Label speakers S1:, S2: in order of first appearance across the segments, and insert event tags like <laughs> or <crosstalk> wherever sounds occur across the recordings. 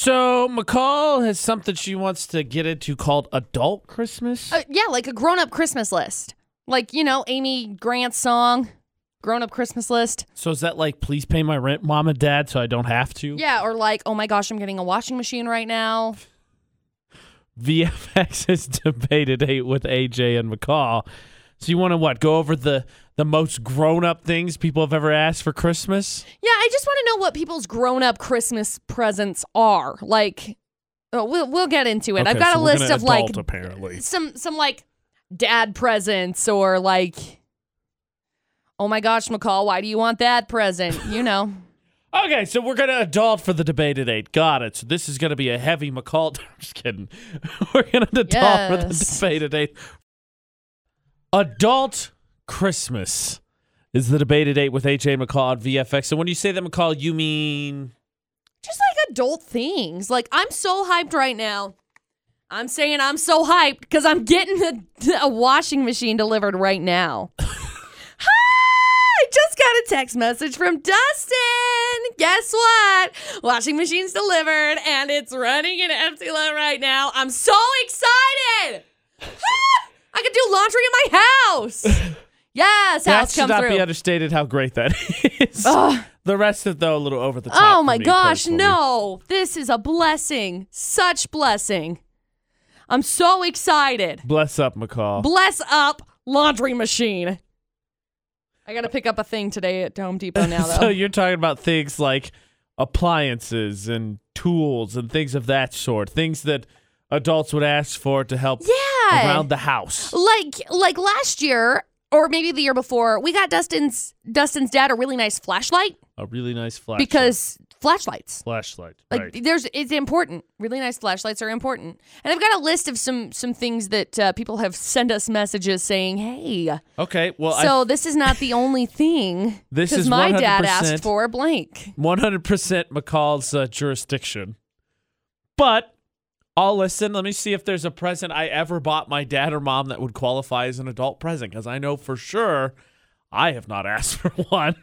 S1: So McCall has something she wants to get into called Adult Christmas.
S2: Uh, yeah, like a grown up Christmas list. Like, you know, Amy Grant's song, Grown Up Christmas List.
S1: so is that like, please pay my rent, mom and dad, so I don't have to?
S2: Yeah, or like, oh my gosh, I'm getting a washing machine right now.
S1: VFX <laughs> has debated eight with AJ and McCall. So you want to what? Go over the the most grown up things people have ever asked for Christmas?
S2: Yeah, I just want to know what people's grown up Christmas presents are. Like, oh, we'll, we'll get into it. I've
S1: Okay,
S2: got
S1: so
S2: a
S1: we're
S2: list
S1: gonna
S2: of like
S1: adult, apparently.
S2: some some like dad presents or like oh my gosh mccall why do you want that present you know
S1: Okay, so we're gonna adult for the debate at eight. Got it. So this is gonna be a heavy McCall. <laughs> I'm just kidding. We're gonna adult
S2: Yes.
S1: for the debate at eight. Adult Christmas is the debate at eight with AJ and McCall on VFX. And when you say that McCall, you mean
S2: just like adult things like i'm so hyped right now i'm saying i'm so hyped because i'm getting a, <laughs> a washing machine delivered right now Hi! I just got a text message from Dustin. Guess what? Washing machine's delivered and it's running an empty lot right now. I'm so excited! Ah! I could do laundry in my house. Yes,
S1: that
S2: house
S1: should
S2: come
S1: not
S2: through.
S1: be understated how great that <laughs> is.
S2: Ugh.
S1: The rest of though a little over the top.
S2: Oh
S1: for
S2: my
S1: me
S2: gosh,
S1: personally.
S2: no. This is a blessing. Such blessing. I'm so excited.
S1: Bless up, McCall.
S2: Bless up laundry machine. I got to pick up a thing today at Home Depot now
S1: <laughs> So
S2: though.
S1: you're talking about things like appliances and tools and things of that sort, things that adults would ask for to help
S2: Yeah.
S1: around the house.
S2: like like last year or maybe the year before, we got Dustin's Dustin's dad a really nice flashlight
S1: A really nice flashlight.
S2: because flashlights
S1: flashlight,
S2: Like
S1: right?
S2: there's it's important. Really nice flashlights are important. And I've got a list of some some things that uh, people have sent us messages saying, "Hey,
S1: Okay, well,
S2: so this is not the only thing."
S1: <laughs> This
S2: because
S1: is
S2: my dad
S1: 100%
S2: asked for blank.
S1: I 100% McCall's uh, jurisdiction, but. I'll listen. Let me see if there's a present I ever bought my dad or mom that would qualify as an adult present because I know for sure I have not <laughs> asked for one.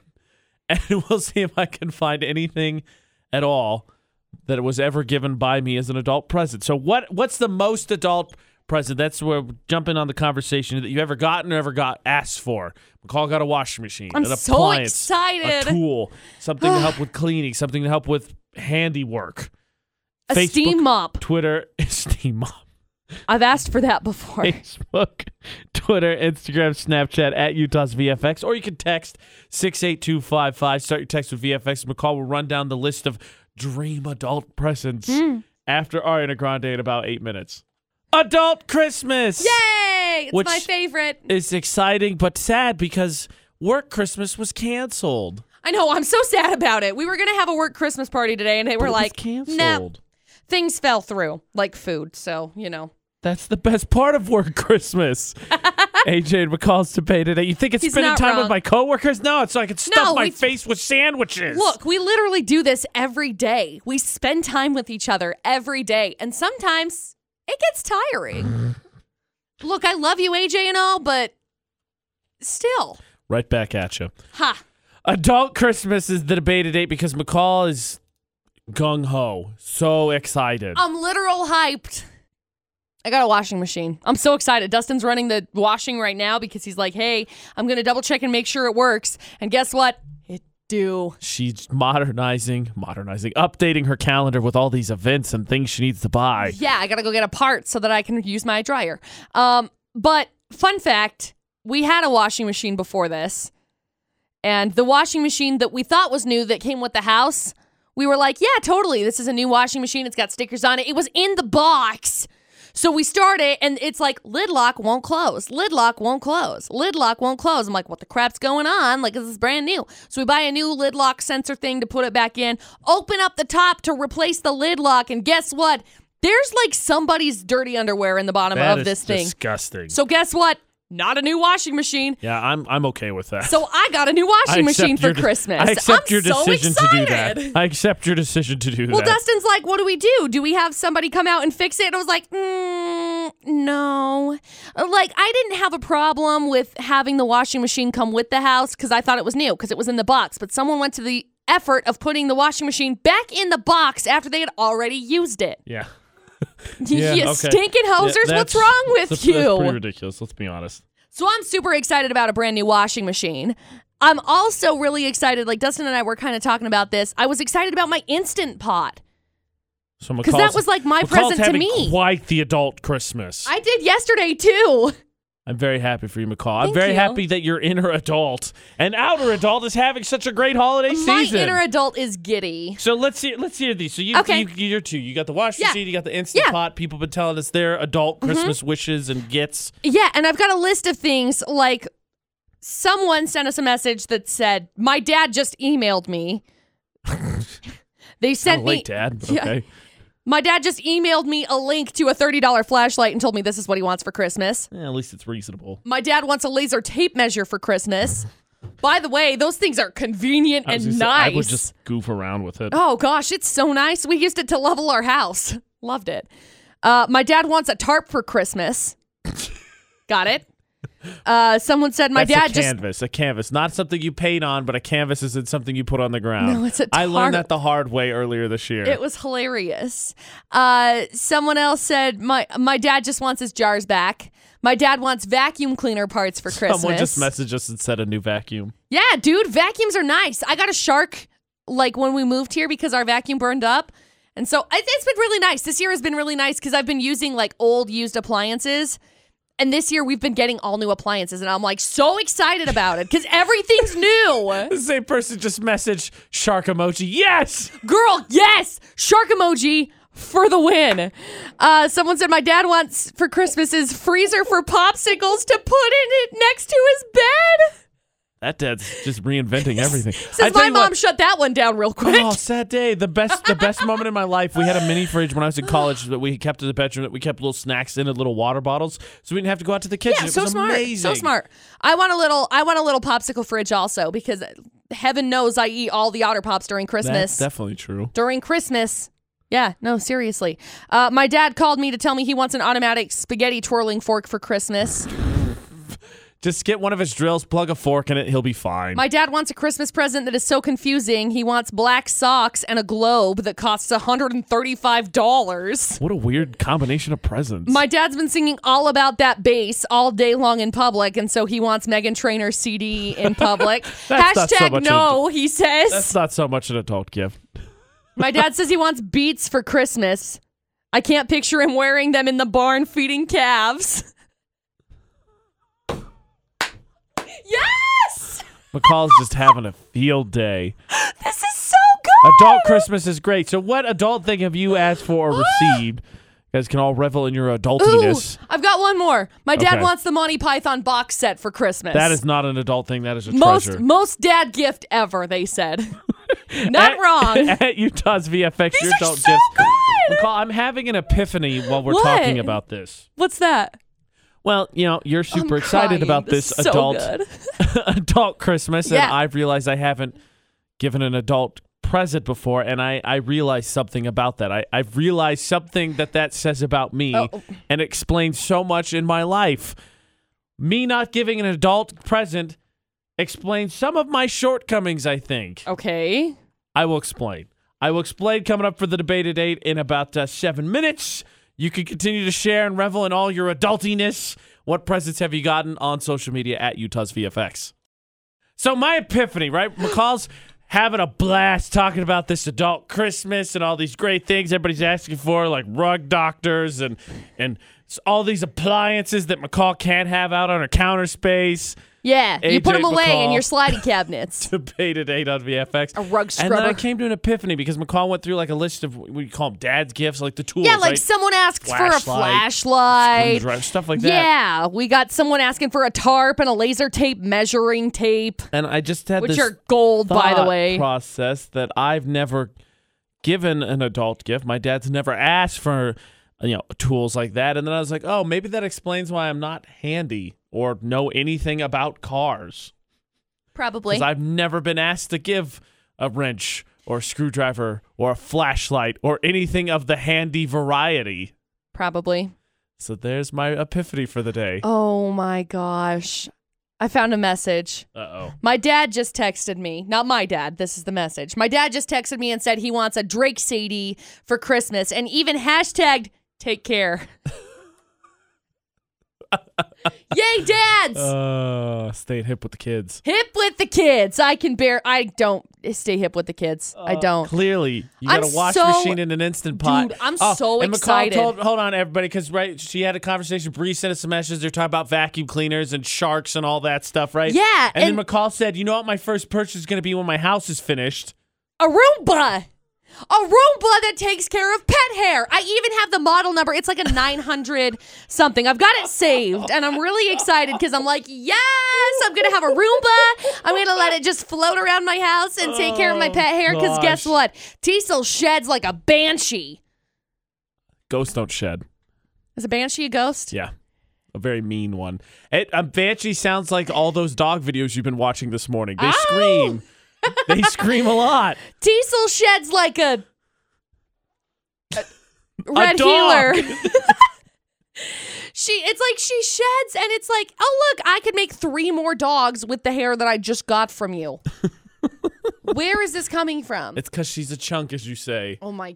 S1: And <laughs> we'll see if I can find anything at all that was ever given by me as an adult present. So what what's the most adult present? That's where we're jumping on the conversation that you ever gotten or ever got asked for. McCall got a washing machine,
S2: I'm
S1: an
S2: so
S1: appliance,
S2: excited.
S1: a tool, something to
S2: <sighs>
S1: help with cleaning, something to help with handiwork.
S2: A
S1: Facebook-
S2: steam mop.
S1: Twitter, <laughs> Steam Mom.
S2: I've asked for that before.
S1: Facebook, Twitter, Instagram, Snapchat at Utah's VFX, or you can text 68255. Start your text with VFX. McCall will run down the list of dream adult presents
S2: Hmm.
S1: after Ariana Grande in about eight minutes. Adult Christmas!
S2: Yay! It's
S1: Which-
S2: my favorite.
S1: It's exciting but sad because work Christmas was canceled.
S2: I know. I'm so sad about it. We were gonna have a work Christmas party today, and they
S1: But
S2: were
S1: it was
S2: like,
S1: canceled.
S2: "No, things fell through, like food." So you know,
S1: That's the best part of work
S2: <laughs>
S1: Christmas. AJ and McCall's debated it. You think it's
S2: He's
S1: spending
S2: not
S1: time with
S2: wrong.
S1: my coworkers? No, it's so I can stuff
S2: No,
S1: my
S2: we-
S1: face with sandwiches.
S2: Look, we literally do this every day. We spend time with each other every day, and sometimes it gets
S1: <laughs>
S2: tiring. Look, I love you, AJ, and all, but still,
S1: Right back at you.
S2: ha.
S1: Adult Christmas is the debated date because McCall is gung ho, so excited.
S2: I'm literal hyped. I got a washing machine. I'm so excited. Dustin's running the washing right now because he's like, "Hey, I'm gonna double check and make sure it works." And guess what? It do.
S1: She's modernizing, modernizing, updating her calendar with all these events and things she needs to buy.
S2: Yeah, I gotta go get a part so that I can use my dryer. Um, but fun fact, we had a washing machine before this, and the washing machine that we thought was new that came with the house, we were like, yeah, totally, this is a new washing machine. It's got stickers on it. It was in the box. So we start it, and it's like lid lock won't close, lid lock won't close, lid lock won't close. I'm like, what the crap's going on? Like this is brand new. So we buy a new lid lock sensor thing to put it back in. Open up the top to replace the lid lock, and guess what? There's like somebody's dirty underwear in the bottom
S1: That
S2: of
S1: is
S2: this thing.
S1: disgusting.
S2: So guess what? Not a new washing machine.
S1: yeah, I'm I'm okay with that.
S2: So I got a new
S1: I
S2: washing
S1: accept
S2: machine for
S1: your de-
S2: Christmas.
S1: I accept
S2: am
S1: your
S2: so
S1: decision
S2: excited.
S1: to do that. I accept your decision to do
S2: Well,
S1: that.
S2: Dustin's like, what do we do? Do we have somebody come out and fix it? And I was like, mm, no. Like, I didn't have a problem with having the washing machine come with the house because I thought it was new because it was in the box. But someone went to the effort of putting the washing machine back in the box after they had already used it. <laughs>
S1: Yeah.
S2: you
S1: okay.
S2: stinking hosers, Oh, what's wrong with
S1: that's,
S2: you?
S1: That's pretty ridiculous. Let's be honest.
S2: So I'm super excited about a brand new washing machine. I'm also really excited. Like Dustin and I were kind of talking about this. I was excited about my instant pot
S1: So
S2: because that was like my present to me.
S1: Quite the adult Christmas. I,
S2: I did yesterday too.
S1: am very happy for you, McCall. I'm
S2: Thank
S1: very
S2: you.
S1: happy that your inner adult and outer adult is having such a great holiday
S2: My
S1: season.
S2: inner adult is giddy.
S1: so let's hear let's hear these. So you,
S2: Okay.
S1: you you're two. You got the wash
S2: Yeah.
S1: receipt. You got the instant
S2: Yeah. Mm-hmm.
S1: pot. People been telling us their adult Christmas wishes and gets.
S2: Yeah, and I've got a list of things like someone sent us a message that said, My dad just
S1: <laughs>
S2: emailed me. they
S1: Kind
S2: sent
S1: of
S2: me
S1: late, Dad. But
S2: Yeah.
S1: Okay.
S2: my dad just emailed me a link to a $30 flashlight and told me this is what he wants for Christmas.
S1: Eh, at least it's reasonable.
S2: My dad wants a laser tape measure for Christmas. By the way, those things are convenient
S1: I was gonna
S2: and
S1: say,
S2: nice.
S1: I would just goof around with it.
S2: Oh gosh, it's so nice. We used it to level our house. <laughs> Loved it. Uh, my dad wants a tarp for Christmas. <laughs> Got it. Uh, someone said my
S1: That's
S2: dad
S1: a
S2: just
S1: canvas, a canvas, not something you paint on, but a canvas isn't something you put on the ground.
S2: No, it's a
S1: I learned
S2: tarp.
S1: that the hard way earlier this year.
S2: it was hilarious. Uh, someone else said my my dad just wants his jars back. My dad wants vacuum cleaner parts for Christmas.
S1: Someone just messaged us and said a new vacuum.
S2: Yeah, dude, vacuums are nice. I got a shark like when we moved here because our vacuum burned up. And so it- it's been really nice. This year has been really nice because I've been using like old used appliances. And this year we've been getting all new appliances. And I'm like so excited about it because
S1: <laughs>
S2: everything's new.
S1: The same person just messaged shark emoji. Yes,
S2: Girl, yes, shark emoji for the win. Uh, someone said my dad wants for Christmas is freezer
S1: <laughs>
S2: for popsicles to put in it next to his bed.
S1: that dad's just
S2: <laughs>
S1: reinventing everything. I
S2: Since
S1: tell
S2: my
S1: you
S2: mom
S1: what-
S2: shut that one down real quick.
S1: Oh, sad day. The best, the best moment in my life. We had a mini fridge when I was in college that we kept in the bedroom. That we kept little snacks in and little water bottles, so we didn't have to go out to the kitchen.
S2: Yeah,
S1: it
S2: so
S1: was
S2: smart.
S1: amazing.
S2: So smart. I want a little I want a little popsicle fridge also because heaven knows I eat all the otter pops during Christmas.
S1: That's definitely true.
S2: during Christmas. Yeah, no, seriously. Uh, my dad called me to tell me he wants an automatic spaghetti twirling fork for Christmas.
S1: Just get one of his drills, plug a fork in it, he'll be fine.
S2: My dad wants a Christmas present that is so confusing. He wants black socks and a globe that costs $135.
S1: what a weird combination of presents.
S2: My dad's been singing all about that bass all day long in public, and so he wants Megan Trainor's CD
S1: <laughs>
S2: in public.
S1: That's not so
S2: Hashtag
S1: much
S2: no, he says.
S1: That's not so much an adult gift.
S2: <laughs> My dad says he wants beets for Christmas. I can't picture him wearing them in the barn feeding calves. <laughs> Yes!
S1: McCall's just having a field day.
S2: This is so good!
S1: Adult Christmas is great. So, what adult thing have you asked for
S2: <gasps>
S1: or received? You guys can all revel in your
S2: Ooh,
S1: adultiness.
S2: I've got one more. My dad
S1: Okay.
S2: wants the Monty Python box set for Christmas.
S1: That is not an adult thing. That is a
S2: most
S1: treasure.
S2: most dad gift ever, they said.
S1: <laughs> Eh.
S2: Not wrong.
S1: At Utah's VFX, your
S2: are
S1: adult
S2: so
S1: gifts.
S2: good!
S1: McCall, I'm having an epiphany while we're
S2: What?
S1: talking about this.
S2: What's that?
S1: Well, you know, you're
S2: I'm
S1: super excited
S2: crying.
S1: about this
S2: is so
S1: adult <laughs>
S2: good.
S1: adult Christmas, and
S2: Yeah.
S1: I've realized I haven't given an adult present before, and I, I realized something about that. I, I've realized something that that says about me
S2: Oh.
S1: and explains so much in my life. Me not giving an adult present explains some of my shortcomings, I think.
S2: Okay.
S1: I will explain. I will explain coming up for the debate at 8 in about uh, seven minutes. You can continue to share and revel in all your adultiness. What presents have you gotten on social media at Utah's VFX? So, my epiphany, right? McCall's having a blast talking about this adult Christmas and all these great things everybody's asking for, like rug doctors and, and s- all these appliances that McCall can't have out on her counter space.
S2: Yeah, you
S1: AJ
S2: put them away in
S1: McCall.
S2: your slidey
S1: <laughs>
S2: cabinets.
S1: Debate at 8 on VFX.
S2: A rug
S1: And then I
S2: scrubber.
S1: came to an epiphany because McCall went through like a list of what you call them dad's gifts, like the tools,
S2: Yeah, like
S1: right?
S2: someone asked for a
S1: Flashlight,
S2: flashlight.
S1: screwdriver, stuff like that.
S2: Yeah, we got someone asking for a tarp and a laser tape measuring tape,
S1: And I just had
S2: which
S1: this
S2: are gold, by the
S1: thought
S2: way.
S1: process that I've never given an adult gift. My dad's never asked for you know tools like that. And then I was like, oh, maybe that explains why I'm not handy or know anything about cars
S2: Probably.
S1: because I've never been asked to give a wrench or a screwdriver or a flashlight or anything of the handy variety. <laughs>
S2: Probably.
S1: So there's my epiphany for the day.
S2: Oh my gosh. I found a message.
S1: Uh oh.
S2: My dad just texted me. Not my dad. This is the message. My dad just texted me and said he wants a Drake CD for Christmas and even hashtagged take care. Yay, dads!
S1: Uh, staying hip with the kids.
S2: hip with the kids. I can bear. I don't stay hip with the kids. I don't.
S1: Clearly, you
S2: I'm
S1: got a wash
S2: so-
S1: machine in an instant pot. Oh,
S2: Dude, I'm so
S1: and McCall
S2: excited.
S1: Told, hold on, everybody, because right, she had a conversation. Bree sent us some messages. They're talking about vacuum cleaners and sharks and all that stuff, right?
S2: Yeah,
S1: And,
S2: and-
S1: then McCall said, "You know what? My first purchase is going to be when my house is finished."
S2: A Roomba. A Roomba that takes care of pet hair. I even have the model number. It's like a 900 something. I've got it saved and I'm really excited because I'm like, yes, I'm going to have a Roomba. I'm going to let it just float around my house and take care of my
S1: Oh,
S2: pet hair because guess
S1: gosh.
S2: what? Teasel sheds like a banshee.
S1: Ghosts don't shed.
S2: Is a banshee a ghost?
S1: Yeah, a very mean one. It, um, Banshee sounds like all those dog videos you've been watching this morning. They
S2: Ow!
S1: scream. they scream a lot.
S2: Teasel sheds like a, red
S1: dog.
S2: healer. <laughs> she it's like she sheds and it's like, "Oh look, I could make 3 more dogs with the hair that I just got from you." Where is this coming from?
S1: It's because she's a chunk, as you say.
S2: oh my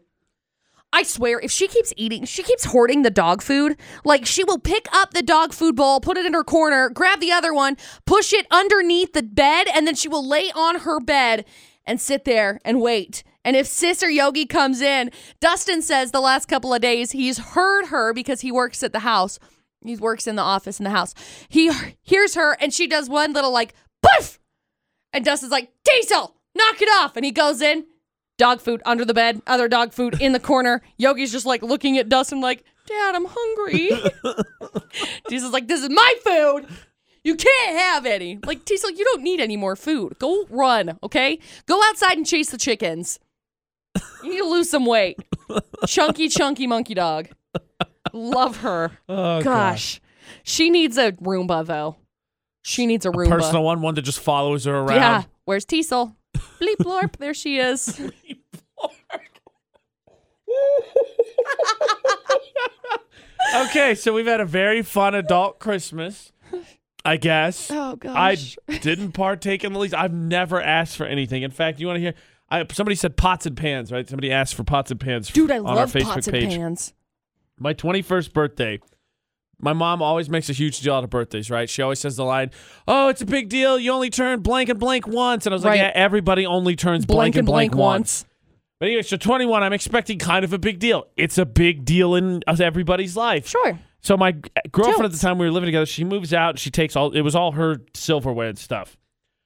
S2: I swear, if she keeps eating, she keeps hoarding the dog food. Like, she will pick up the dog food bowl, put it in her corner, grab the other one, push it underneath the bed, and then she will lay on her bed and sit there and wait. And if Sis or Yogi comes in, Dustin says the last couple of days he's heard her because he works at the house. He works in the office in the house. He hears her, and she does one little, like, poof! And Dustin's like, Diesel, knock it off. And he goes in, dog food under the bed, other dog food in the corner. Yogi's just like looking at Dustin like, Dad, I'm hungry. Diesel's like, This is my food. You can't have any. Like, Diesel, you don't need any more food. Go run, okay? Go outside and chase the chickens. You need to lose some weight. Chunky, chunky monkey dog. Love her.
S1: Oh
S2: Gosh. She needs a Roomba, though. She needs a Roomba.
S1: Personal one, one that just follows her around.
S2: Yeah. Where's Teasel? Bleep blorp. There she is.
S1: Okay, so we've had a very fun adult Christmas, I guess.
S2: <laughs> Oh
S1: I
S2: gosh.
S1: didn't partake in the least. I've never asked for anything. In fact, you want to hear? I, somebody said pots and pans, right? Somebody asked for pots and pans.
S2: Dude, I
S1: on
S2: love
S1: our Facebook
S2: pots
S1: page.
S2: and pans.
S1: my 21st birthday my mom always makes a huge deal out of birthdays right she always says the line oh it's a big deal you only turn blank and blank once and i was
S2: Right.
S1: like yeah everybody only turns blank, and blank, once. but anyway so 21 i'm expecting kind of a big deal it's a big deal in everybody's life
S2: Sure.
S1: so my g- girlfriend at the
S2: Totes.
S1: time we were living together, she moves out. She takes all. It was all her silverware and stuff.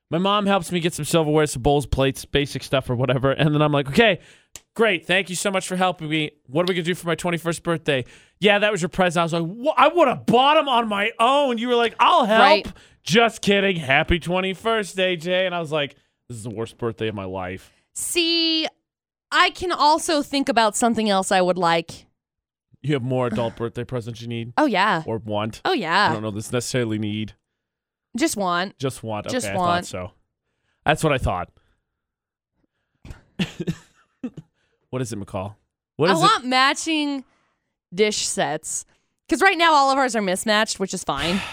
S1: My mom helps me get some silverware, some bowls, plates, basic stuff or whatever. And then I'm like, okay, great, thank you so much for helping me. What are we gonna do for my 21st birthday? Yeah, that was your present. I was like, "Wha- I would have bought them on my own. You were like, I'll help.
S2: Right.
S1: Just kidding. Happy 21st, AJ. And I was like, this is the worst birthday of my life.
S2: See, I can also think about something else I would like.
S1: You have more adult birthday presents you need
S2: Oh yeah.
S1: or want.
S2: Oh
S1: I
S2: yeah.
S1: don't know this necessarily need.
S2: Just one.
S1: Just want.
S2: Just
S1: okay,
S2: want.
S1: I thought so. That's what I thought. <laughs> what is it, McCall? What
S2: I
S1: is
S2: want matching dish sets. Cause right now all of ours are mismatched, which is fine. <sighs>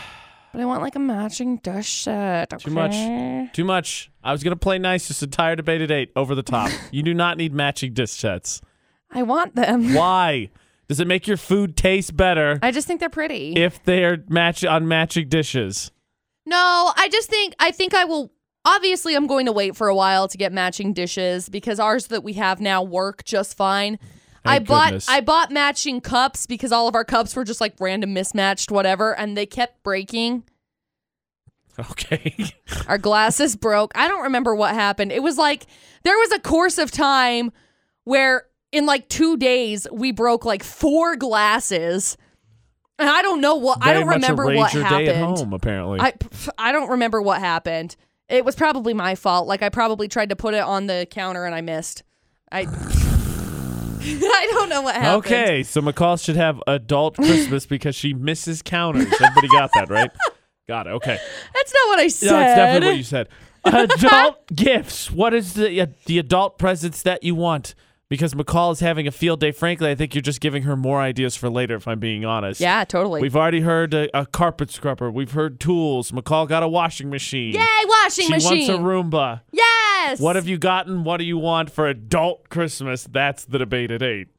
S2: But I want like a matching dish set.
S1: Too much.
S2: okay?
S1: it? Too much. I was gonna play nice this entire debate at eight over the
S2: <laughs>
S1: top. you do not need matching dish sets.
S2: I
S1: <laughs>
S2: want them.
S1: Why? Does it make your food taste better
S2: I just think they're pretty.
S1: if they're match on matching dishes? <laughs>
S2: No, I just think I think I will. Obviously, I'm going to wait for a while to get matching dishes because ours that we have now work just fine. I
S1: Thank
S2: bought
S1: goodness.
S2: I bought matching cups because all of our cups were just like random mismatched whatever, and they kept breaking.
S1: Okay.
S2: Our glasses <laughs> broke. I don't remember what happened. It was like there was a course of time where in like two days we broke like four glasses, and I don't know what I
S1: Very
S2: don't
S1: much
S2: remember
S1: a rage
S2: what
S1: your
S2: happened.
S1: day at home, apparently.
S2: I pff, I don't remember what happened. It was probably my fault. Like I probably tried to put it on the counter and I missed. I <laughs> I don't know what happened.
S1: okay, so McCall should have adult Christmas because she misses counters. Everybody got that, right? Got it. Okay.
S2: That's not what I <laughs> said.
S1: No, it's definitely
S2: <laughs>
S1: uh, what you said. Adult gifts. What is the the adult presents that you want? because McCall is having a field day. Frankly, I think you're just giving her more ideas for later, if I'm being honest.
S2: Yeah, totally.
S1: We've already heard a, a carpet scrubber. We've heard tools. McCall got a washing machine.
S2: Yay, washing
S1: She
S2: machine.
S1: wants a Roomba.
S2: yes.
S1: What have you gotten? What do you want for adult Christmas? That's the debate at eight.